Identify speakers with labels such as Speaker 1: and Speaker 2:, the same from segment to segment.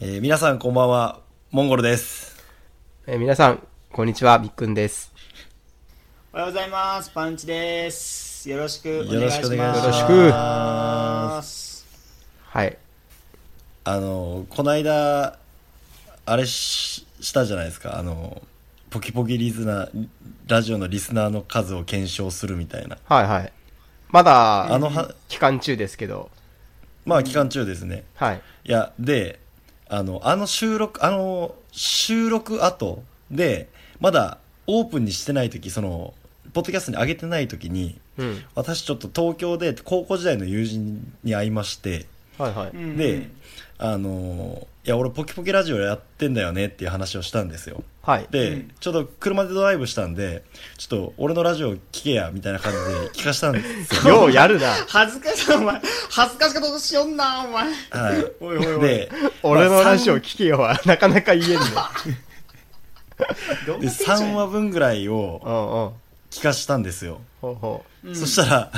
Speaker 1: えー皆さんこんばんは、モンゴルです。
Speaker 2: えー皆さん、こんにちは、みっくんです。
Speaker 3: おはようございます。パンチです。よろしくお
Speaker 1: よ
Speaker 3: 願
Speaker 1: ろ
Speaker 3: い
Speaker 1: し
Speaker 3: し
Speaker 1: くお
Speaker 3: ます。
Speaker 1: 願いします。
Speaker 2: よろしくはい。
Speaker 1: あの、こないだ、あれししたじゃないですか、あの、ポキポキリズナ、ラジオのリスナーの数を検証するみたいな。
Speaker 2: はいはい。ま
Speaker 1: あ
Speaker 2: だ、
Speaker 1: のは、
Speaker 2: 期間中ですけど、
Speaker 1: まあ期間中ですね。
Speaker 2: はい。
Speaker 1: いや、で、あの、あの収録、あの、収録後で、まだオープンにしてない時、その、ポッドキャストに上げてない時に、
Speaker 2: うん。
Speaker 1: 私ちょっと東京で高校時代の友人に会いまして、
Speaker 2: はいはい。
Speaker 3: うん
Speaker 1: で、あの、いや、俺ポキポキラジオやってんだよねっていう話をしたんですよ。
Speaker 2: はい。
Speaker 1: で、
Speaker 3: うん
Speaker 1: ちょっと車でドライブしたんで、ちょっと俺のラジオ聞けや、みたいな感じで聞かしたんですよ。
Speaker 2: ようやるな。
Speaker 3: 恥ずかしい、お前。恥ずかしかったことしよんな、お前。
Speaker 1: はい。
Speaker 3: おいおいおい。
Speaker 1: で、
Speaker 2: 俺
Speaker 1: ま
Speaker 2: の
Speaker 1: あ
Speaker 2: 話を聞けよは、なかなか言え んね。
Speaker 3: どん
Speaker 1: で
Speaker 3: だけ言っちゃう
Speaker 1: 3話分ぐらいを
Speaker 2: うんうん。
Speaker 1: 聞かしたんですよ。
Speaker 2: ほうほ
Speaker 3: うん
Speaker 1: そしたら、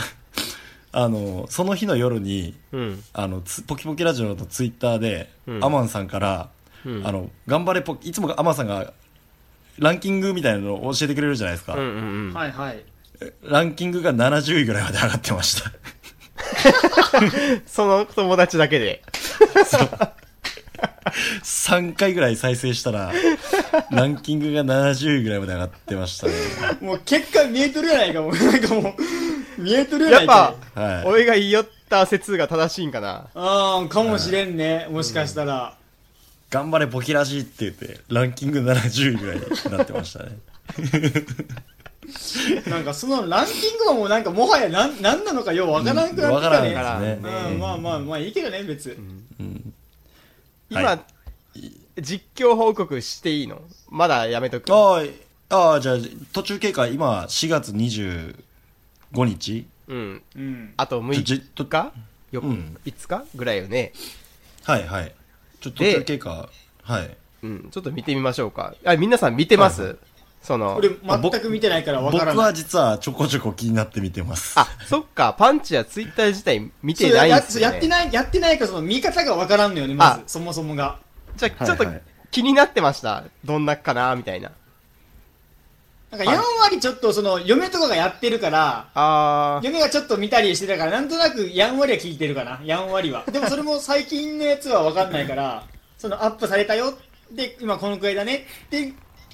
Speaker 1: あの、その日の夜に、
Speaker 2: う。うん。
Speaker 1: あの、つポキポキラジオのツイッターで、
Speaker 2: うん
Speaker 1: アマンさんから、
Speaker 2: うん
Speaker 1: あの、頑張れポキ、いつもアマンさんが、ランキングみたいなのを教えてくれるじゃないですか。
Speaker 2: うんうんうん。
Speaker 3: はいはい。
Speaker 1: ランキングが70位ぐらいまで上がってました。
Speaker 2: その友達だけで。
Speaker 1: 3回ぐらい再生した ら、ランキングが70位ぐらいまで上がってましたね。
Speaker 3: もう結果見えとるやないか、もう。 なんかもう、見えとるやな
Speaker 2: やっ
Speaker 3: いか
Speaker 2: ぱ。、
Speaker 1: はい。
Speaker 2: 俺が言いよった説が正しいんかな。
Speaker 3: ああ、かもしれんね。もしかしたら。
Speaker 1: 頑張れポキラジって言って、ランキング70位ぐらいになってましたね。
Speaker 3: なんかそのランキングはもうなんかもはやなん、なんなのかようわからんくなってき
Speaker 1: う
Speaker 3: た
Speaker 1: ん
Speaker 3: ね
Speaker 1: わ。からんです
Speaker 2: わ
Speaker 1: ね
Speaker 2: から。ん
Speaker 3: うん、まあまあまあいいけどね、別。
Speaker 2: 今、
Speaker 1: はい
Speaker 2: 実況報告していいのまだやめとく。
Speaker 1: ああ、ああ、じゃあ、途中経過、今、4月25日
Speaker 2: うん。
Speaker 3: うん。
Speaker 2: あと
Speaker 1: ちょ
Speaker 2: 6
Speaker 1: ちょ
Speaker 2: 日よ
Speaker 1: うん
Speaker 2: 5日ぐらいよね。
Speaker 1: はいはい。ちょっと途
Speaker 2: で
Speaker 1: 中経過、はい。
Speaker 2: うん。ちょっと見てみましょうか。あ、皆さん見てます、
Speaker 1: はい
Speaker 2: その
Speaker 3: 俺、、全く見てないからわ
Speaker 1: 僕
Speaker 3: からない。
Speaker 1: は実はちょこちょこ気になって見てます。
Speaker 2: あ、そっか、パンチやツイッター自体見
Speaker 3: そう
Speaker 2: てないん
Speaker 3: や
Speaker 2: で
Speaker 3: や
Speaker 2: す
Speaker 3: そう
Speaker 2: よ、
Speaker 3: や
Speaker 2: ね。
Speaker 3: ってない、やってないからその見方がわからんのよね、ま
Speaker 2: あ
Speaker 3: ず、そもそもが。
Speaker 2: じゃ
Speaker 1: は
Speaker 2: あ、
Speaker 1: い
Speaker 2: ちょっと気になってました。どんなかなみたいな。
Speaker 3: なんか4割ちょっとその、嫁とかがやってるから、
Speaker 2: あー、
Speaker 3: 嫁がちょっと見たりしてたから、なんとなくやんわりは聞いてるかな、やんわりは。でもそれも最近のやつはわかんないから、そのアップされたよ、で、今このくらいだねって、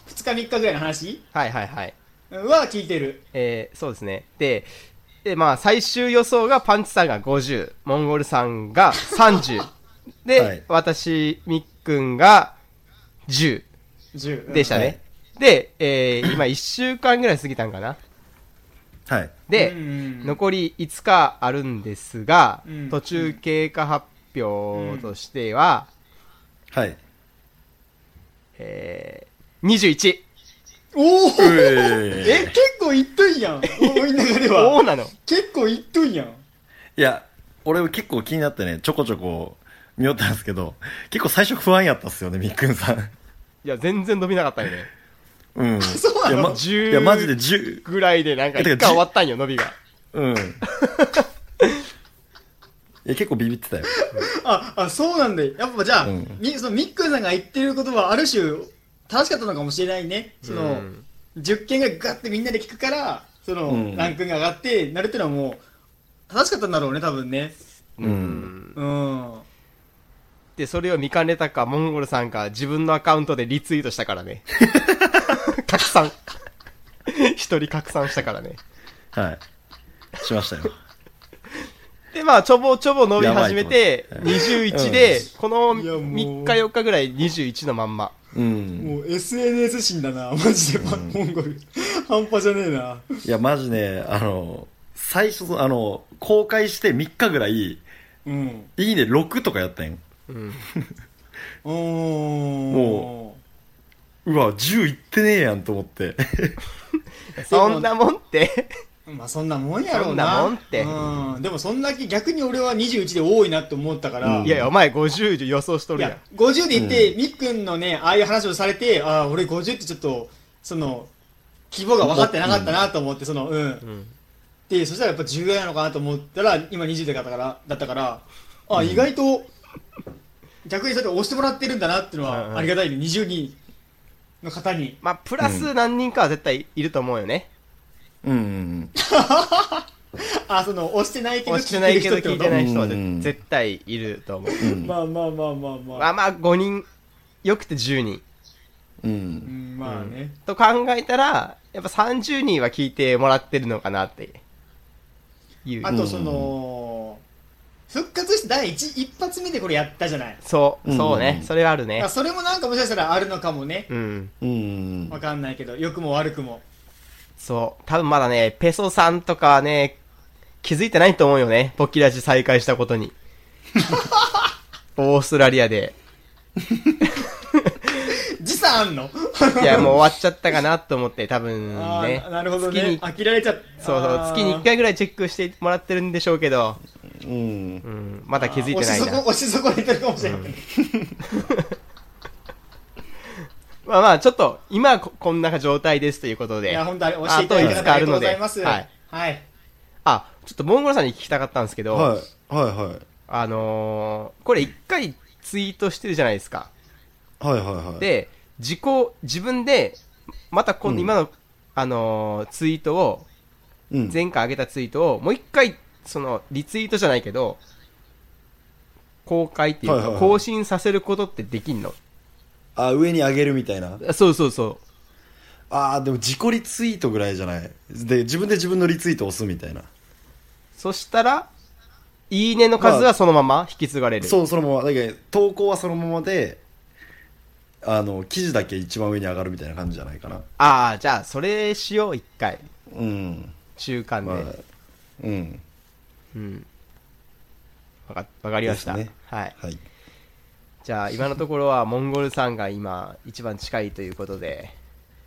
Speaker 3: 2日3日ぐらいの話
Speaker 2: はいはいはい。
Speaker 3: うんは聞いてる。
Speaker 2: えー、そうですね。で、で、まあ、最終予想がパンチさんが50、モンゴルさんが30。で、
Speaker 1: はい
Speaker 2: 私、みっくんが10
Speaker 3: 10。うん
Speaker 2: でしたね。
Speaker 1: はい
Speaker 2: で、えー、今1週間ぐらい過ぎたんかな。
Speaker 1: はい。
Speaker 2: で、
Speaker 3: うん
Speaker 2: 残り5日あるんですが、
Speaker 3: うん
Speaker 2: 途中経過発表としては、
Speaker 1: はい。
Speaker 2: えー、21。
Speaker 3: おおえ、
Speaker 1: え
Speaker 3: 結構いっとんやん。多い中で
Speaker 2: おう
Speaker 3: は。
Speaker 2: なの。
Speaker 3: 結構いっとんやん。
Speaker 1: いや、俺結構気になってね、ちょこちょこ見よったんですけど、結構最初不安やったっすよね、みっくんさん。
Speaker 2: いや、全然伸びなかったよね。
Speaker 1: うん。
Speaker 3: そうなの
Speaker 1: いや、ま、
Speaker 2: 10
Speaker 1: いやマジで10、
Speaker 2: ぐらいでなんか
Speaker 1: えてか
Speaker 2: 1回終わったんよ、伸びが。
Speaker 1: うん。い や、結構ビビってたよ。
Speaker 3: あ、あ、そうなんだ。やっぱじゃあ、
Speaker 1: うん
Speaker 3: みそのミックさんが言ってることはある種正しかったのかもしれないね。その、
Speaker 2: うん
Speaker 3: 10件がガッてみんなで聞くから、その、
Speaker 1: うん
Speaker 3: ランクが上がって、なるってのはもう、正しかったんだろうね、多分ね。
Speaker 1: うん
Speaker 3: うん。
Speaker 2: で、それを見かねたか、モンゴルさんか、自分のアカウントでリツイートしたから ね。拡散。一人拡散したからね。
Speaker 1: はい。しましたよ。
Speaker 2: で、まあ、ちょぼちょぼ伸び始めて、
Speaker 1: やば
Speaker 2: 21で、この
Speaker 3: いやもう
Speaker 2: 3日4日ぐらい21のまんま。
Speaker 1: うん。
Speaker 3: もう SNS 心だな、 マジで、モンゴル。半端じゃねえな。
Speaker 1: いや、マジね、あの、最初、あの、公開して3日ぐらい、い
Speaker 3: うん。
Speaker 1: いね6とかやったんよ。
Speaker 2: うん。
Speaker 3: うーん。
Speaker 1: もうわ、10いってねえやんと思って。
Speaker 2: そんなもんって。
Speaker 3: まあそんなもんやろ
Speaker 2: そ
Speaker 3: うな。
Speaker 2: んなもんって
Speaker 3: うん。でもそんだけ逆に俺は21で多いなって思ったから。
Speaker 1: うん
Speaker 2: いやいや、お前50で予想しと
Speaker 3: い
Speaker 2: るやん
Speaker 3: や。、50で言って、みっくんのね、ああいう話をされて、ああ、俺50ってちょっと、その、規模が分かってなかったなと思って、その、うん。
Speaker 2: ん
Speaker 3: で、そしたらやっぱ10ぐらいなのかなと思ったら、今20でだったから、だったから、あ、意外と、逆にそれで押してもらってるんだなっていうの
Speaker 2: うんうん
Speaker 3: はありがたいね20人の方に
Speaker 2: まあ、プラス何人かは絶対いると思うよね。
Speaker 1: うんうん
Speaker 3: あその押してないけど
Speaker 2: 押してないけど聞いてない人は
Speaker 1: う
Speaker 2: 絶
Speaker 1: ん
Speaker 2: 絶対いると思う。
Speaker 1: うんうん
Speaker 3: まあまあまあまあまあ、
Speaker 2: まあまあ、5人、よくて10人。
Speaker 1: う
Speaker 3: うんん、まあね、
Speaker 2: と考えたら、やっぱ30人は聞いてもらってるのかなっていう。
Speaker 3: あとその復活して第一一発目でこれやったじゃない、
Speaker 2: そう、
Speaker 1: うん
Speaker 2: そうね。それはある
Speaker 3: ま
Speaker 2: ね
Speaker 3: あ。それもなんかもしかしたらあるのかもね
Speaker 2: うん。
Speaker 1: うん
Speaker 3: わかんないけど良くも悪くも
Speaker 2: そう。多分まだね、ペソさんとかはね、気づいてないと思うよね。ポッキラジ再開したことに。オーストラリアで。
Speaker 3: 時差あんの
Speaker 2: いや、もう終わっちゃったかなと思って、多分
Speaker 3: ああ
Speaker 2: ね
Speaker 3: ー。なるほど
Speaker 2: 月
Speaker 3: ね
Speaker 2: に
Speaker 3: 飽きられちゃった
Speaker 2: そうそう、月に1回ぐらいチェックしてもらってるんでしょうけど、
Speaker 1: うん
Speaker 2: うん、まだ気づいてない
Speaker 3: 押し
Speaker 2: な
Speaker 3: 損。押し損ねてるかもしれない、
Speaker 2: まあまあ、ちょっと、今ここんな状態ですということ
Speaker 3: い
Speaker 2: で
Speaker 3: や、。本当あれ教えていただいてありがとうございます。
Speaker 2: あといつかあるので
Speaker 3: はい。
Speaker 2: あ、ちょっとモンゴルさんに聞きたかったんですけど、
Speaker 1: はいはいはい
Speaker 2: あのーこれ1回ツイートしてるじゃないですか。
Speaker 1: はいはいはい
Speaker 2: で、自己、自分で、また今
Speaker 1: うん
Speaker 2: 度今の、あのーツイートを、
Speaker 1: うん
Speaker 2: 前回上げたツイートを、もう1回、その、リツイートじゃないけど、公開っていう
Speaker 1: はいはい
Speaker 2: か、
Speaker 1: はい
Speaker 2: 更新させることってできんの
Speaker 1: あ上に上げるみたいな
Speaker 2: あそうそうそ
Speaker 1: あーでも自己リツイートぐらいじゃないで自分で自分のリツイート押すみたいな
Speaker 2: う。そしたら、いいねの数はそのまま引き継がれる。
Speaker 1: そうそのままだけど投稿はそのままであの記事だけ一番上に上がるみたいな感じじゃないかな
Speaker 2: ああ、じゃあ、それしよう、1回。
Speaker 1: うん
Speaker 2: 中間で。
Speaker 1: まあうん
Speaker 2: うん。わか、わかりました。
Speaker 1: ですね
Speaker 2: はい。
Speaker 1: はい
Speaker 2: じゃあ、今のところは、モンゴルさんが今、一番近いということで、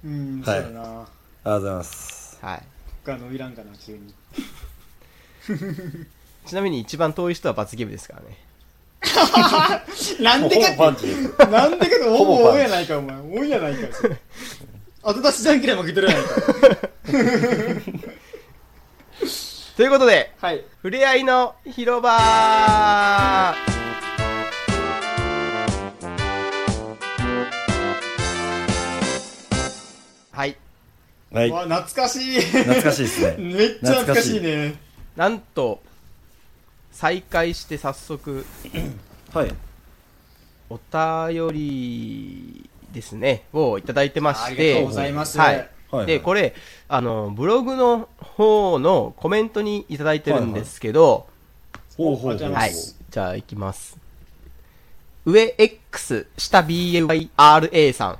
Speaker 3: うん、
Speaker 1: はい
Speaker 3: そうだ
Speaker 1: あり
Speaker 3: な。
Speaker 1: がとうございます
Speaker 2: はい。
Speaker 3: 他伸びらんかな、急に。
Speaker 2: ちなみに、一番遠い人は罰ゲームですからね。
Speaker 3: なんで
Speaker 1: ほぼ
Speaker 3: か
Speaker 1: パンチ
Speaker 3: って、なんでかって、ほ
Speaker 1: ほぼ
Speaker 3: ぼ
Speaker 1: パン
Speaker 3: 多
Speaker 1: チ
Speaker 3: いやないか、お前。多いやないか。それ後出しじゃんけんで負けてるやないか。
Speaker 2: ということで、
Speaker 3: はい。
Speaker 2: ふれあいの広場はい。
Speaker 1: はい
Speaker 3: わ、懐かしい。
Speaker 1: 懐かしいですね
Speaker 3: めっちゃ懐かしいね。
Speaker 2: なんと、再開して早速、
Speaker 1: はい
Speaker 2: お便りですね、をいただいてま
Speaker 3: あ
Speaker 2: し
Speaker 3: り
Speaker 2: て。
Speaker 3: がとうございます。
Speaker 2: はい。
Speaker 1: はい
Speaker 2: で、これ、あの、ブログの方のコメントにいただいてるんですけど、
Speaker 1: ほうほうほう
Speaker 3: ありがとうご
Speaker 2: は
Speaker 3: ざ
Speaker 2: い。
Speaker 3: います
Speaker 2: じゃあ、いきます。上 X、下 BYRA さん。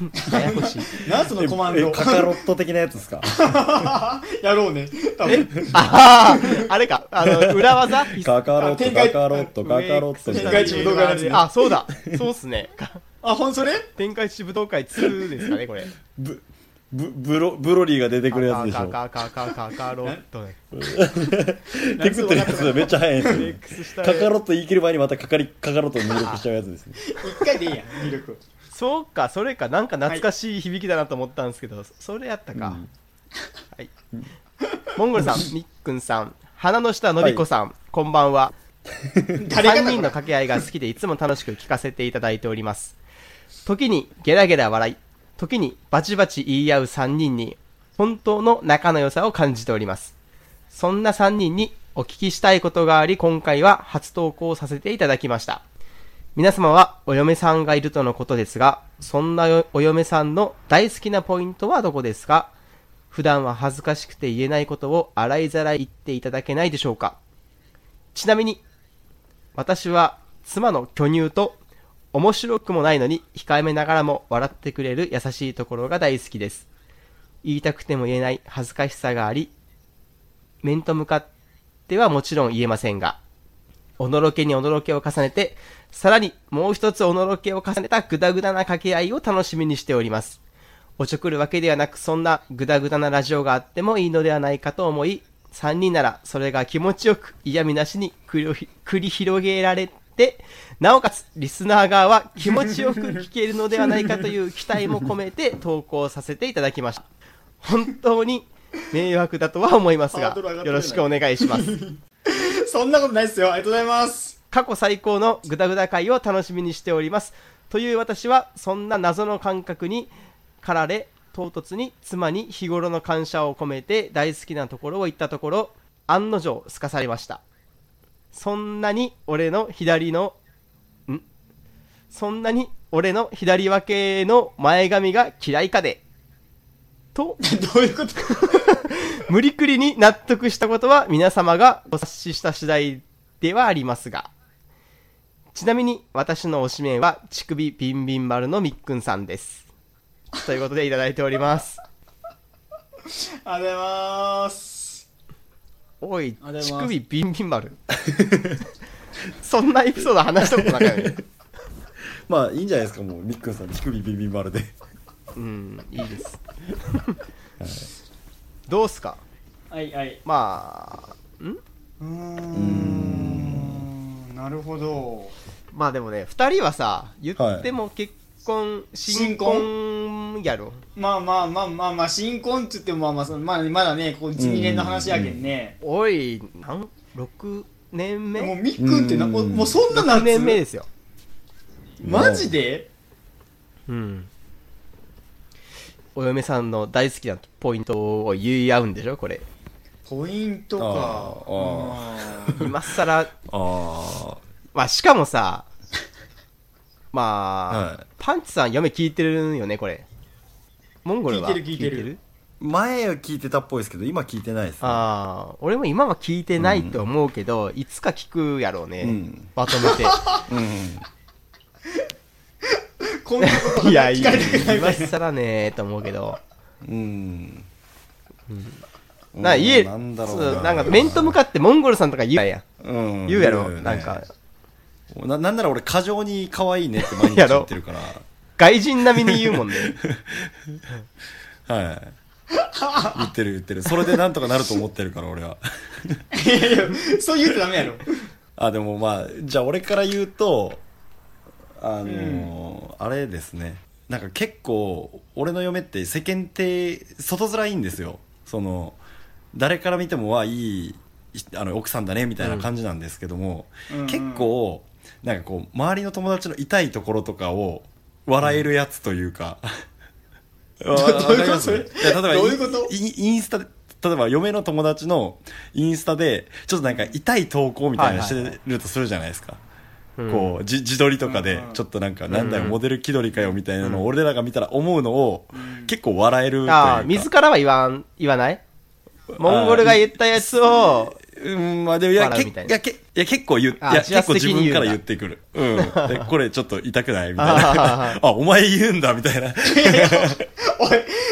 Speaker 2: ややこしい。
Speaker 3: なんそのコマン
Speaker 1: え
Speaker 3: ド
Speaker 1: え。カカロット的なやつですか
Speaker 3: やろうね。多分。
Speaker 2: ああ、あれか。あの、裏技
Speaker 1: カカロット
Speaker 3: 展開
Speaker 1: カカロットカカロットみ
Speaker 3: 展
Speaker 1: たい
Speaker 3: 開
Speaker 1: な
Speaker 3: 中武道会のやつね
Speaker 2: あ、そうだ。そうっすね。
Speaker 3: あ、ほんそれ
Speaker 2: 天下一武道会2ですかね、これ。
Speaker 1: ブブブロブロリーが出てくるやつでし
Speaker 2: カ
Speaker 1: ょ
Speaker 2: カカカカカロット。
Speaker 1: テクってるやつめっちゃ早いん ですよ
Speaker 2: X 下
Speaker 1: カ
Speaker 2: で
Speaker 1: カロット言い切る前にまたかかりカカロットを入力しちゃうやつですね
Speaker 3: 一回でいいやん、入力。
Speaker 2: そうか、それか。なんか懐かしい響きだなと思ったんですけど、そそれやったか。はい。モンゴルさん、みっくんさん、花の下のびこさん、こんばんは。
Speaker 3: 誰が
Speaker 2: 3
Speaker 3: な
Speaker 2: 人の掛け合いが好きでいつも楽しく聞かせていただいております。時にゲラゲラ笑い、時にバチバチ言い合う3人に、本当の仲の良さを感じております。そんな3人にお聞きしたいことがあり、今回は初投稿させていただきました。皆様はお嫁さんがいるとのことですが、そんなよお嫁さんの大好きなポイントはどこですか普段は恥ずかしくて言えないことを洗いざらい言っていただけないでしょうかちなみに、私は妻の巨乳と面白くもないのに控えめながらも笑ってくれる優しいところが大好きです。言いたくても言えない恥ずかしさがあり、面と向かってはもちろん言えませんが、おのろけにおのろけを重ねて、さらにもう一つおのろけを重ねたグダグダな掛け合いを楽しみにしております。おちょくるわけではなく、そんなグダグダなラジオがあってもいいのではないかと思い、3人ならそれが気持ちよく嫌味なしに繰りひ繰り広げられて、なおかつリスナー側は気持ちよく聞けるのではないかという期待も込めて投稿させていただきました。本当に迷惑だとは思います
Speaker 3: ハー
Speaker 2: が
Speaker 3: ドル上がっ、て
Speaker 2: よ
Speaker 3: るね
Speaker 2: ろしくお願いします。
Speaker 3: そんなことないっすよ。ありがとうございます。
Speaker 2: 過去最高のグダグダ会を楽しみにしております。という私は、そんな謎の感覚にかられ、唐突に妻に日頃の感謝を込めて大好きなところを言ったところ、案の定すかされました。そんなに俺の左の、んそんなに俺の左分けの前髪が嫌いかで。と、
Speaker 3: どういうこと
Speaker 2: 無理くりに納得したことは皆様がご察しした次第ではありますが。ちなみに私の推しメンは乳首ビンビン丸のみっくんさんです。ということでいただいております。
Speaker 3: ありがとうございます。
Speaker 2: おい、
Speaker 3: ありがとう
Speaker 2: 乳
Speaker 3: ございます
Speaker 2: 首ビンビン丸。そんなエピソード話したことなかったよね。
Speaker 1: まあいいんじゃないですかもうみっくんさん乳首ビンビン丸で
Speaker 2: うん、いいです。どうすか
Speaker 3: はいはい。
Speaker 2: まあ、ん
Speaker 3: うーん。なるほど。
Speaker 2: まあでもね、二人はさ、言っても結婚、新
Speaker 3: 新
Speaker 2: 婚やろ。
Speaker 3: まあまあまあまあまあ、新婚っつってもまあまあその、まあ、まだね、こう、1、2年の話やけんね。
Speaker 2: おい、なん、6年
Speaker 3: もう、
Speaker 2: 目
Speaker 3: みっくんってな、
Speaker 1: うん
Speaker 3: もうもうそんななん
Speaker 2: 6
Speaker 3: つ
Speaker 2: 年目ですよ。
Speaker 3: マジで
Speaker 2: うん。お嫁さんの大好きなポイントを言い合うんでしょこれ。
Speaker 3: ポイント
Speaker 1: あー
Speaker 3: か。
Speaker 2: 今更、
Speaker 1: あ
Speaker 2: まあしかもさ、まあ、
Speaker 1: はい
Speaker 2: パンチさん嫁聞いてるよね、これ。モンゴルは
Speaker 3: 聞いてる聞いてる
Speaker 1: 前は聞いてたっぽいですけど今聞いてないですね
Speaker 2: ああ、俺も今は聞いてないと思うけど、いつか聞くやろうね。
Speaker 1: うん
Speaker 2: まとめて。
Speaker 1: うん
Speaker 3: こんなこと
Speaker 2: いやい
Speaker 3: 聞か
Speaker 2: や
Speaker 3: れたくな いみた
Speaker 2: 今
Speaker 3: いな。
Speaker 2: 更ねーと思うけど。
Speaker 1: うん
Speaker 2: な、家、そ
Speaker 1: なんだろう
Speaker 2: うなんか面と向かってモンゴルさんとか言うやん。
Speaker 1: うん
Speaker 2: 言うやろ、
Speaker 1: ね
Speaker 2: なんか、
Speaker 1: ななんなら俺過剰に可愛いねって毎日
Speaker 2: やろ
Speaker 1: 言ってるから
Speaker 2: 外人並みに言うもんね。
Speaker 1: はい言ってる言ってるそれでなんとかなると思ってるから俺は
Speaker 3: いやいや、そう言うとダメやろ。
Speaker 1: あでもまあじゃあ俺から言うとあのーあれですねなんか結構俺の嫁って世間体外面いいんですよその誰から見てもはいいあの奥さんだねみたいな感じなんですけども、
Speaker 3: うん
Speaker 1: 結構なんかこう周りの友達の痛いところとかを笑えるやつというか、 わ
Speaker 3: どういうこと
Speaker 1: わかりますいや例えば
Speaker 3: どういうこと
Speaker 1: インインスタで例えば嫁の友達のインスタでちょっとなんか痛い投稿みたいなの
Speaker 2: はいはい
Speaker 1: してるとするじゃないですか、
Speaker 2: うん
Speaker 1: こうじ自撮りとか
Speaker 3: う
Speaker 1: で
Speaker 3: んうん
Speaker 1: ちょっとなんかなんだよ
Speaker 2: うん
Speaker 1: モデル気取りかよみたいなのを俺らが見たら思うのを結構笑えるというか
Speaker 2: ああ、自らは言わん、言わないモンゴルが言ったやつを、
Speaker 1: うん、まあでも、いや、
Speaker 2: 笑う
Speaker 1: け
Speaker 2: み
Speaker 1: い
Speaker 2: たいな
Speaker 1: や、けいや結構言っい
Speaker 2: あ
Speaker 1: や、
Speaker 2: 自
Speaker 1: 結
Speaker 2: 発
Speaker 1: 構自
Speaker 2: 的
Speaker 1: 分
Speaker 2: に言う
Speaker 1: か
Speaker 2: ん
Speaker 1: ら
Speaker 2: だ
Speaker 1: 言ってくる。うん。で これちょっと痛くないみたい
Speaker 2: あ
Speaker 1: な。あ、お前言うんだみたいな。い
Speaker 3: おい、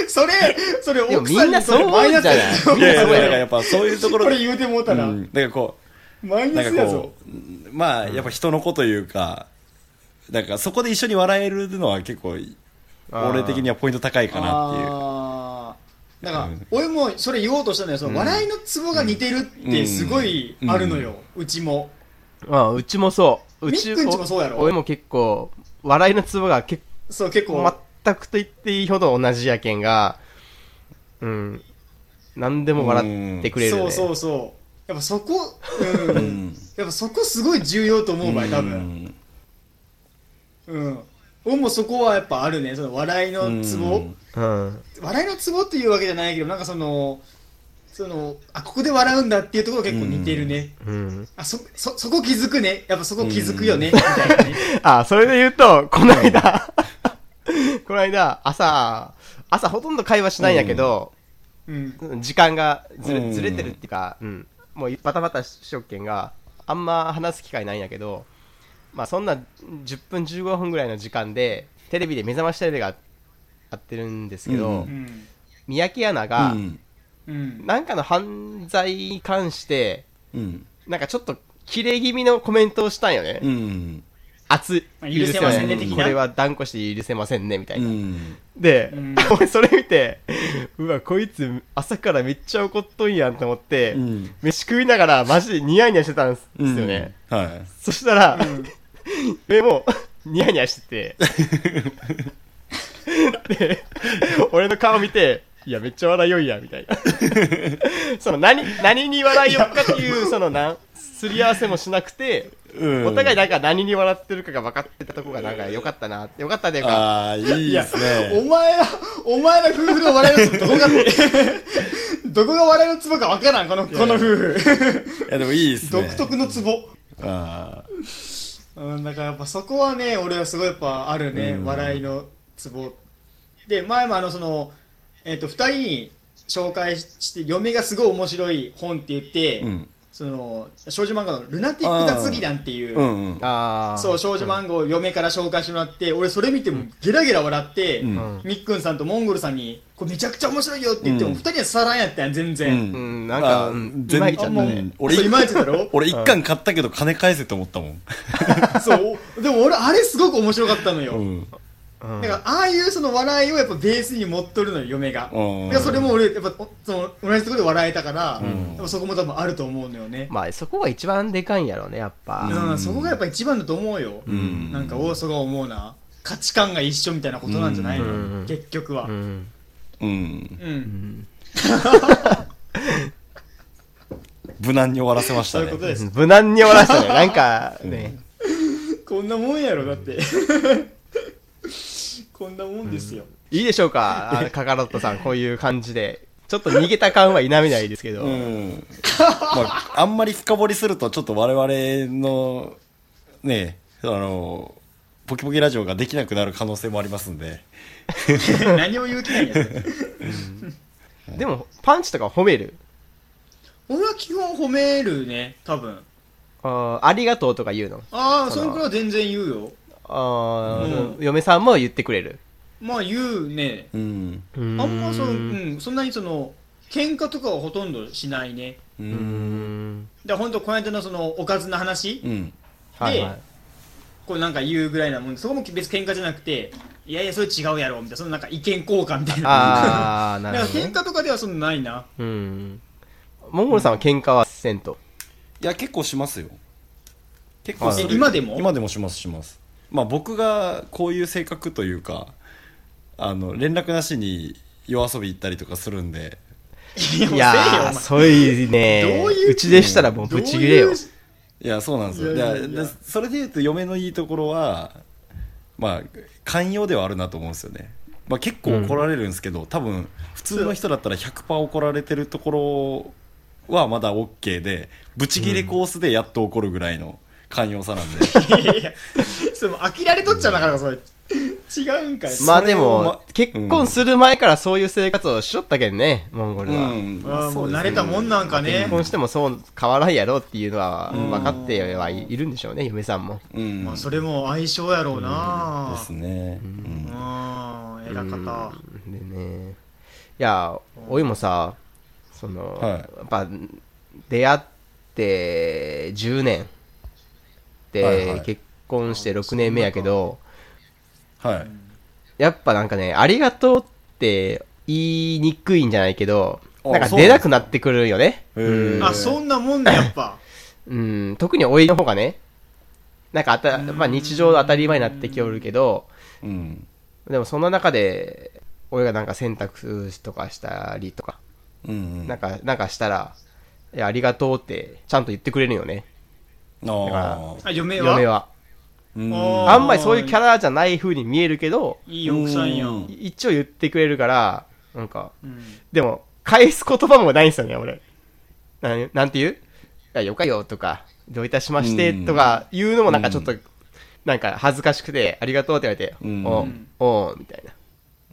Speaker 3: それ、それ、
Speaker 2: でも
Speaker 3: 奥
Speaker 2: み
Speaker 3: さん
Speaker 2: ん
Speaker 3: に
Speaker 2: な
Speaker 3: それ
Speaker 2: そう思
Speaker 3: マイ
Speaker 2: う
Speaker 3: ナ
Speaker 2: ん
Speaker 3: ス
Speaker 2: じゃ
Speaker 3: や
Speaker 2: ない
Speaker 3: ぞ
Speaker 1: やいや、だからやっぱそういうところ
Speaker 3: こ
Speaker 1: で。
Speaker 3: れ言うてもうたら、
Speaker 1: うん。だからこ
Speaker 3: マイ
Speaker 1: う、な
Speaker 3: ナ
Speaker 1: ん
Speaker 3: ス
Speaker 1: か
Speaker 3: や
Speaker 1: こ
Speaker 3: ぞ。
Speaker 1: う、まあ、やっぱ人の子というか、なんかそこで一緒に笑えるのは結構、
Speaker 2: あー
Speaker 1: 俺的にはポイント高いかなっていう。
Speaker 3: あーだ
Speaker 1: う
Speaker 3: から
Speaker 1: ん、
Speaker 3: 俺もそれ言おうとしたんだよ。その笑いのツボが似てるってすごいあるのよ、うちも。
Speaker 2: うん、うちもそう。う
Speaker 3: みっくんちもそうやろ
Speaker 2: お俺も結構、笑いのツボが結
Speaker 3: そう、結構。
Speaker 2: 構、全くと言っていいほど同じやけんが、うん、何でも笑ってくれる、ね。
Speaker 3: そうそうそう。やっぱそこ、うん。
Speaker 1: うん
Speaker 3: やっぱそこすごい重要と思うばい、多分。うん。俺もそこはやっぱあるね。その笑いのツボ。
Speaker 1: うん
Speaker 2: うん。
Speaker 3: 笑いのツボっていうわけじゃないけど、なんかその、その、あ、ここで笑うんだっていうところが結構似てるね。
Speaker 2: うん。
Speaker 3: あ、そ、そ、そこ気づくね。やっぱそこ気づくよね。みたいなね。
Speaker 2: あ、それで言うと、この間、この間、朝、朝ほとんど会話しないんやけど、
Speaker 3: うん。
Speaker 2: 時間がず
Speaker 1: う
Speaker 2: れ
Speaker 1: ん
Speaker 2: ずれてるっていうか、うん、もうバタバタしよっけんがあんま話す機会ないんやけど、まあ、そんな10分15分ぐらいの時間でテレビで目覚ましテレビがあってるんですけど、
Speaker 1: うん
Speaker 3: うん。
Speaker 2: 三宅アナが
Speaker 1: うん
Speaker 3: うん。
Speaker 2: なんかの犯罪に関して
Speaker 1: うん。
Speaker 2: なんかちょっとキレ気味のコメントをしたんよね、
Speaker 1: うん。
Speaker 2: 熱い
Speaker 3: まあ許せませ
Speaker 1: んね的な
Speaker 2: これは断固して許せませんねみたいうな、
Speaker 1: ん。
Speaker 2: で、
Speaker 3: うん
Speaker 2: 俺それ見て、うわ、こいつ朝からめっちゃ怒っとんやんと思って、
Speaker 1: うん
Speaker 2: 飯食いながらマジでニヤニヤしてたんですよ
Speaker 1: うん
Speaker 2: ね。。
Speaker 1: はい。
Speaker 2: そしたら、
Speaker 3: うん
Speaker 2: 俺もニヤニヤ してて、で、俺の顔見て、いや、めっちゃ笑いよいや、みたいな。その何、何に笑いよっかっていう、そのなん、すり合わせもしなくて、
Speaker 1: うん
Speaker 2: お互いなんか何に笑ってるかが分かってたとこがなんか良かったな。良かったね。か
Speaker 1: ああいいです
Speaker 3: お
Speaker 1: ね
Speaker 3: 前ら、お前ら夫婦の笑いのツボ、ど こが、どこが笑いのツボかわからん、この、この夫婦。
Speaker 1: いやでもいいですね
Speaker 3: 独特のツボ。
Speaker 1: あー
Speaker 3: うん、だからやっぱそこはね、俺はすごいやっぱあるね、
Speaker 1: うん
Speaker 3: 笑いのツボ。で、前もあの、その、えっ、と、二人に紹介して、嫁がすごい面白い本って言って、
Speaker 1: うん
Speaker 3: その、少女漫画のルナティック脱ぎ団っていう、
Speaker 1: うんうん
Speaker 2: ああ。
Speaker 3: そう、少女漫画を嫁から紹介してもらって、俺それ見てもゲラゲラ笑って、
Speaker 1: うん
Speaker 2: うん
Speaker 3: みっくんさんとモンゴルさんに、これめちゃくちゃ面白いよって言っても、
Speaker 1: うん
Speaker 3: 二人はさらんやったやん、全
Speaker 1: う
Speaker 3: 然。
Speaker 1: ん
Speaker 2: うんなんか
Speaker 1: あー
Speaker 2: うん
Speaker 1: 全
Speaker 2: いまいちだ
Speaker 3: あ
Speaker 2: った
Speaker 1: う
Speaker 2: ね
Speaker 3: も
Speaker 1: ん
Speaker 3: う、
Speaker 1: 俺
Speaker 3: そういまいちだろ
Speaker 1: 俺一巻買ったけど金返せって思ったもん
Speaker 3: そう。でも俺、あれすごく面白かったのよ。
Speaker 1: うん
Speaker 2: うん
Speaker 3: だから、ああいうその笑いをやっぱベースに持っとるのよ、嫁が。だ
Speaker 1: うん
Speaker 3: からそれも俺、やっぱ、おその、同じところで笑えたから、
Speaker 1: ん
Speaker 3: やっぱそこも多分あると思うのよね。
Speaker 2: まあ、そこが一番でかいんやろうね、やっぱ。
Speaker 3: うん、そこがやっぱ一番だと思うよ。
Speaker 1: ん
Speaker 3: なんか、大曽が思うな。価値観が一緒みたいなことなんじゃないの、
Speaker 2: うん
Speaker 3: 結局は。
Speaker 2: うん。
Speaker 1: うん
Speaker 3: うん
Speaker 1: 無難に終わらせました
Speaker 3: そうい
Speaker 1: ね
Speaker 3: うことです。
Speaker 2: 無難に終わらせた ね。なんか、ね。
Speaker 3: こんなもんやろ、だって。 こんなもんですよ。
Speaker 2: いいでしょうかあ のカカロットさん、こういう感じで。ちょっと逃げた感は否めないですけど。
Speaker 1: うんまあ、あんまり深掘りするとちょっと我々のねあのポキポキラジオができなくなる可能性もありますんで
Speaker 3: 何を言う気ないんやつ。
Speaker 2: でも、パンチとか褒める。
Speaker 3: 俺は基本褒めるね、多分。
Speaker 2: あーありがとうとか言うの。
Speaker 3: ああ、
Speaker 2: そ
Speaker 3: そ
Speaker 2: ら
Speaker 3: のくらいは全然言うよ。
Speaker 2: あー
Speaker 3: う
Speaker 2: 嫁さんも言ってくれる。
Speaker 3: まあ言うね。
Speaker 1: うん
Speaker 2: あ
Speaker 3: あ
Speaker 2: ん
Speaker 3: んまその、うん、そんなにその、喧嘩とかはほとんどしないね。
Speaker 1: う
Speaker 2: うーん。
Speaker 3: で、ほんとこの間のその、おかずの話、
Speaker 1: うん
Speaker 2: はいはい。
Speaker 3: こうなんか言うぐらいなもんで、そこも別に喧嘩じゃなくて、いやいや、それ違うやろ、みたいな、そのなんか意見交換みたいな。
Speaker 2: ああ、
Speaker 3: だ
Speaker 2: なる
Speaker 3: から
Speaker 2: ほど、
Speaker 3: 喧
Speaker 2: ね。
Speaker 3: 嘩とかではそんなないな。
Speaker 2: うん。モンゴルさんは喧嘩はせんと。
Speaker 1: いや結構しますよ結構す
Speaker 3: え
Speaker 1: る
Speaker 3: 今でも
Speaker 1: 今でもしますしますまあ僕がこういう性格というかあの連絡なしに夜遊び行ったりとかするんで
Speaker 3: いや、
Speaker 2: い
Speaker 3: もうせえよ、お
Speaker 2: やー、
Speaker 3: 前。
Speaker 2: そういうね
Speaker 3: どういう
Speaker 2: うちでしたらもうブチギレ
Speaker 3: ど
Speaker 2: よ
Speaker 3: うい。う
Speaker 1: いやそうなんですよ
Speaker 3: いやいやいや
Speaker 1: だからだそれでいうと嫁のいいところはまあ寛容ではあるなと思うんですよね、まあ、結構怒られるんですけど、多分普通の人だったら100%怒られてるところはまだ OK でブチギレコースでやっと怒るぐらいの寛容さなんで、
Speaker 3: いやいや、それもう飽きられとっちゃなかなかそれ。違うんかい。
Speaker 2: ま
Speaker 1: そ
Speaker 2: あ
Speaker 1: れ
Speaker 2: で
Speaker 1: を
Speaker 2: も
Speaker 1: ま、
Speaker 2: 結婚する前からそういう生活をしとったけんね、モンゴルは。
Speaker 1: うん
Speaker 3: ああもう
Speaker 1: そ
Speaker 3: 慣
Speaker 1: で
Speaker 3: れ
Speaker 1: す
Speaker 3: たもんなんかね
Speaker 2: 結。婚してもそう変わらんやろうっていうのは
Speaker 3: うん
Speaker 2: 分かってはいいるんでしょうね、嫁さんも。
Speaker 1: うん
Speaker 3: まあそれも相性やろうな
Speaker 1: ですね、う
Speaker 3: うんん、偉方。
Speaker 2: うんでね。いや、おいもさ、その、
Speaker 1: はい
Speaker 2: やっぱ、出会って10年で、
Speaker 1: はいはい
Speaker 2: 結婚して6年目やけど、
Speaker 1: はい
Speaker 2: やっぱなんかね、ありがとうって言いにくいんじゃないけど、
Speaker 1: あ
Speaker 2: なんか
Speaker 1: そうな
Speaker 2: 出
Speaker 1: んだ
Speaker 2: なくなってくるよね。
Speaker 1: へー
Speaker 2: うん
Speaker 3: あ、そんなもんだ、やっぱ。
Speaker 2: うん、特においの方がね、なんかあた、
Speaker 3: うん
Speaker 2: まあ日常の当たり前になってきおるけど、
Speaker 1: うん
Speaker 2: でもそんな中で、俺がなんか選択とかしたりとか、
Speaker 1: うんうん
Speaker 2: なんか、なんかしたら、いや、ありがとうって、ちゃんと言ってくれるよね、だ
Speaker 1: あ
Speaker 2: か
Speaker 3: あ、嫁は
Speaker 2: 嫁は。
Speaker 1: ー
Speaker 3: あー
Speaker 2: あんまりそういうキャラじゃない風に見えるけど、
Speaker 3: いい奥さんや。
Speaker 1: うんん
Speaker 2: 一応言ってくれるから、なんか、
Speaker 3: うん
Speaker 2: でも、返す言葉もないんですよね、俺。なんなんて言ういや、よかよとか、どういたしまして
Speaker 1: うん
Speaker 2: とか言うのもなんかちょっと、なんか恥ずかしくて、ありがとうって言われて、
Speaker 1: うん
Speaker 2: おうおうみたいな。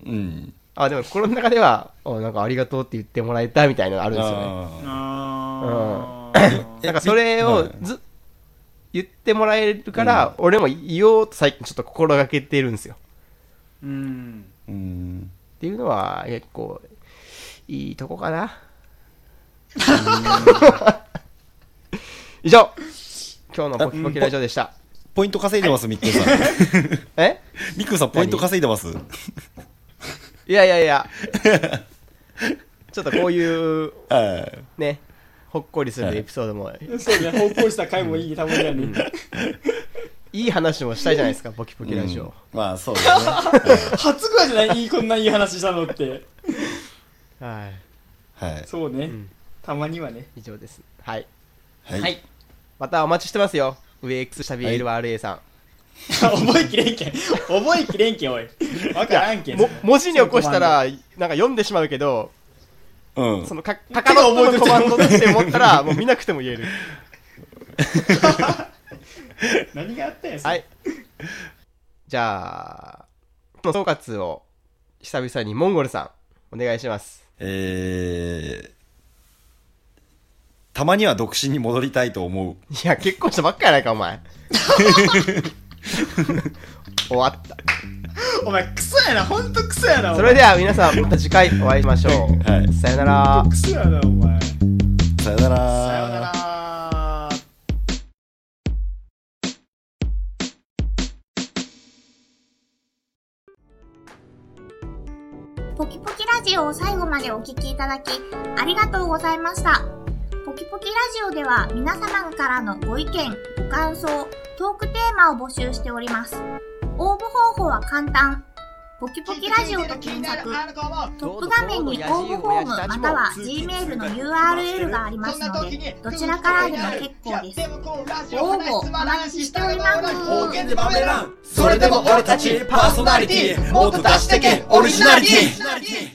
Speaker 1: うん
Speaker 2: あ、でも心の中では、おうなんかありがとうって言ってもらえたみたいなのあるんですよね。
Speaker 1: あー
Speaker 3: あ
Speaker 2: なんかそれをず、言ってもらえるから、俺も言おうと最近ちょっと心がけてるんですよ。
Speaker 3: ーうん。
Speaker 1: うん
Speaker 2: っていうのは結構、いいとこかな。 以上今日のポキポキラジオでした。
Speaker 1: ポイント稼いでます、みっくんさん。
Speaker 2: え
Speaker 1: みっくんさん、ポイント稼いでます。
Speaker 2: いやいやいや。 ちょっとこういう、
Speaker 1: はい
Speaker 2: ね、ほっこりするエピソードも、い
Speaker 3: そうね、方向した回もいい、たまにやね。
Speaker 2: い話もしたいじゃないですか、ポキポキラジ
Speaker 1: うん
Speaker 2: オ。
Speaker 1: まあ、そうですね。
Speaker 3: 初ぐらいじゃないいい、こんないい話したのって。
Speaker 2: は
Speaker 1: はい。
Speaker 3: そうね
Speaker 2: ん。
Speaker 3: たまにはね。
Speaker 2: い。以上です。はい。
Speaker 1: はい
Speaker 3: はい。
Speaker 2: またお待ちしてますよ。上 X 下 BLRA さん、
Speaker 3: 覚えきれんけん。覚えきれんけん、おい。わからんけん。
Speaker 2: も文字に起こしたらなんか読んでしまうけど
Speaker 1: うん
Speaker 2: そのかカカロットのコマンドって思った らもう見なくても言える
Speaker 3: 何があったんやそれ
Speaker 2: はいじゃあこの総括を久々にモンゴルさんお願いします
Speaker 1: えー、たまには独身に戻りたいと思う
Speaker 2: いや結婚したばっかやないかお前 終わった
Speaker 3: お前クソやなほんとクソやなお
Speaker 2: そ
Speaker 3: 前
Speaker 2: れでは皆さんまた次回お会いしましょう、
Speaker 1: はい
Speaker 2: さよなら
Speaker 3: クソやなお前さ
Speaker 1: さよならさ
Speaker 3: よなら
Speaker 4: ポキポキラジオを最後までお聞きいただき、ありがとうございました。ポキポキラジオでは皆様からのご意見、ご感想、トークテーマを募集しております。応募方法は簡単。ポキポキラジオと検索、トップ画面に応募フォームまたは Gmail の URL がありますので、どちらからでも結構です。応募お待ちしております。
Speaker 5: それでも俺たちパーソナリティもっと出してけオリジナリティ